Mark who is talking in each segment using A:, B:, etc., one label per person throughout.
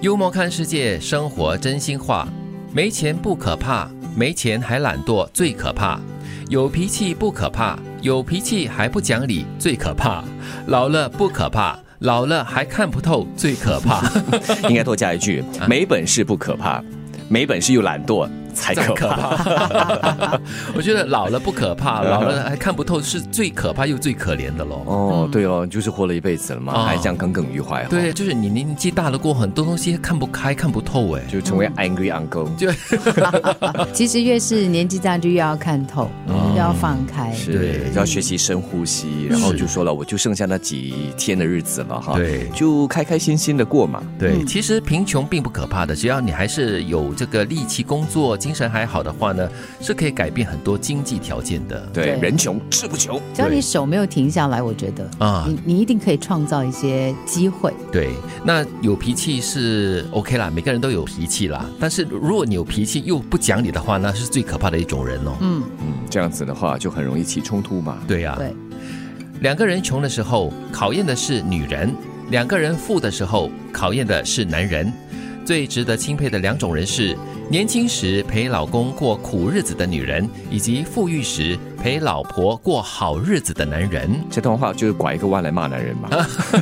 A: 幽默看世界，生活真心话。没钱不可怕，没钱还懒惰最可怕。有脾气不可怕，有脾气还不讲理最可怕。老了不可怕，老了还看不透最可 怕。
B: 应该多加一句：
A: 啊
B: 没本事不可怕，没本事又懒惰才可怕。
A: 怕！我觉得老了不可怕，老了还看不透是最可怕又最可怜的咯。
B: 哦，对哦，你就是活了一辈子了嘛，
A: 哦
B: 还这样耿耿于怀、哦，
A: 对，，就是你年纪大了过后，很多东西看不开、看不透哎。
B: 就成为 angry uncle。
A: 就
C: 其实越是年纪大，就越要看透，
A: 哦
C: 越要放开。
B: 是
A: 对，
B: 要学习深呼吸，然后就说了，我就剩下那几天的日子了哈，
A: 对
B: 就开开心心的过嘛。
A: 对，
C: 嗯
A: 其实贫穷并不可怕的，只要你还是有这个力气工作，精神还好的话呢，是可以改变很多经济条件的。
B: 对，
C: 对
B: 人穷志不穷。
C: 只要你手没有停下来，我觉得
A: 啊
C: 你你一定可以创造一些机会。
A: 对，那有脾气是 OK 啦，每个人都有脾气啦。但是如果你有脾气又不讲理的话，那是最可怕的一种人哦。
C: 嗯，
B: 嗯，这样子的话就很容易起冲突嘛。
A: 对啊呀、
C: 对，
A: 两个人穷的时候，考验的是女人；两个人富的时候，考验的是男人。最值得钦佩的两种人是：年轻时陪老公过苦日子的女人，以及富裕时陪老婆过好日子的男人。
B: 这段话就是拐一个弯来骂男人嘛。
A: 啊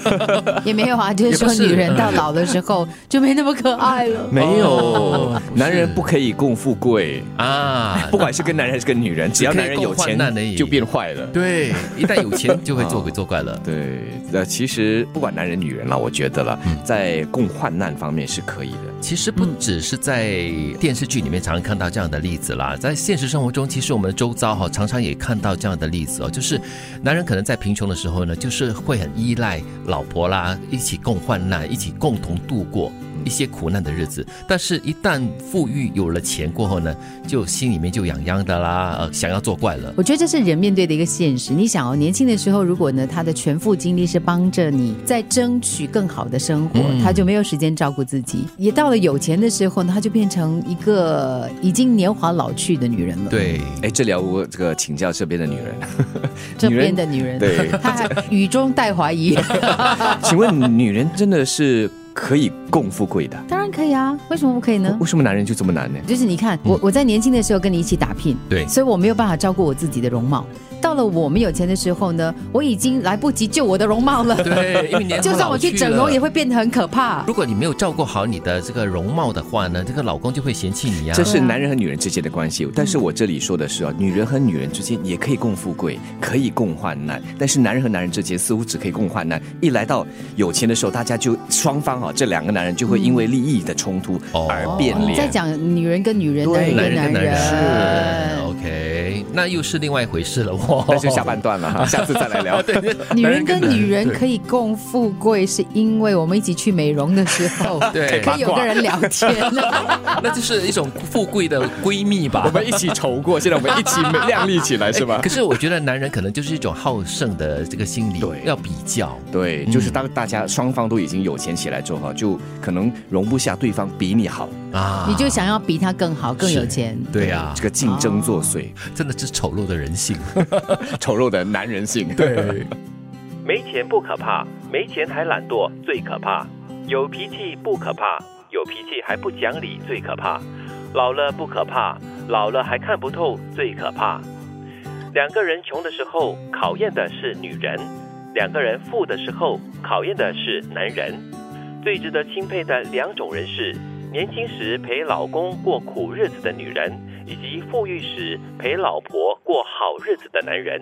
C: 也没有 啊，就是
A: 也
C: 说
A: 不是
C: 女人到老的时候就没那么可爱
A: 嗯
C: 了。
B: 没有
A: 哦，
B: 男人不可以共富贵，
A: 啊，
B: 不管是跟男人还是跟女人，只要男人有
A: 只可以
B: 钱
A: 共患难而已
B: 就变坏了。
A: 对，一旦有钱就会做鬼做怪了。
B: 对，呃，其实不管男人女人啦，我觉得了，在共患难方面是可以的。
A: 其实不只是在电视剧里面常常看到这样的例子啦，在现实生活中，其实我们周遭哈、常常也看到这样的例子哦，就是男人可能在贫穷的时候呢，就是会很依赖老婆啦，一起共患难，一起共同度过一些苦难的日子。但是，一旦富裕有了钱过后呢，就心里面就痒痒的啦，呃，想要作怪了。
C: 我觉得这是人面对的一个现实。你想哦，年轻的时候，如果呢他的全副精力是帮着你在争取更好的生活，
A: 嗯
C: 他就没有时间照顾自己。也到了有钱的时候呢，他就变成一个已经年华老去的女人了。，
A: 对，
B: 哎，这聊我这个请教这边的女人，
C: 这边的女人，
B: 对，
C: 她还语中带怀疑。
B: 请问女人真的是可以共富贵的？
C: 当然可以啊，为什么不可以呢
B: 为？什么男人就这么难呢？
C: 就是你看，我我在年轻的时候跟你一起打拼，
A: 对
C: 所以我没有办法照顾我自己的容貌。到了我们有钱的时候呢，我已经来不及救我的容貌了。
A: 对，因为年
C: 就算我去整容，也会变得很可怕。
A: 如果你没有照顾好你的这个容貌的话呢，这个老公就会嫌弃你呀、啊
B: 这是男人和女人之间的关系，但是我这里说的是啊，女人和女人之间也可以共富贵，可以共患难，但是男人和男人之间似乎只可以共患难。一来到有钱的时候，大家就双方啊，这两个男人就会因为利益的冲突
A: 哦
B: 而变
C: 你在
B: 脸。
C: 讲女人跟女人，男
B: 对
C: 人跟
A: 男
C: 男
A: 人
C: 人，
A: OK，那又是另外一回事 了哦。
B: 那就下半段了哈，下次再来 聊。
C: 女人跟女人可以共富贵，是因为我们一起去美容的时候，
A: 对
C: 可以有个人聊天。
A: 那就是一种富贵的闺蜜吧哎
B: 我。们一起愁过，现在我们一起亮丽起来，是 吧
A: 可？是我觉得男人可能就是一种好胜的这个心理，
B: 对
A: 要比较。
B: 对，就是当大家双方都已经有钱起来之后哈，就可能容不下对方比你好，
A: 啊
C: 你就想要比他更好、更有钱，
A: 对啊
B: 这，个竞争作祟，
A: 真的是丑陋的人性。 啊
B: 丑陋的男人性。
A: 对，没钱不可怕，没钱还懒惰最可怕。有脾气不可怕，有脾气还不讲理最可怕。老了不可怕，老了还看不透最可怕。两个人穷的时候，考验的是女人；两个人富的时候，考验的是男人。最值得钦佩的两种人是：年轻时陪老公过苦日子的女人，以及富裕时陪老婆过好日子的男人。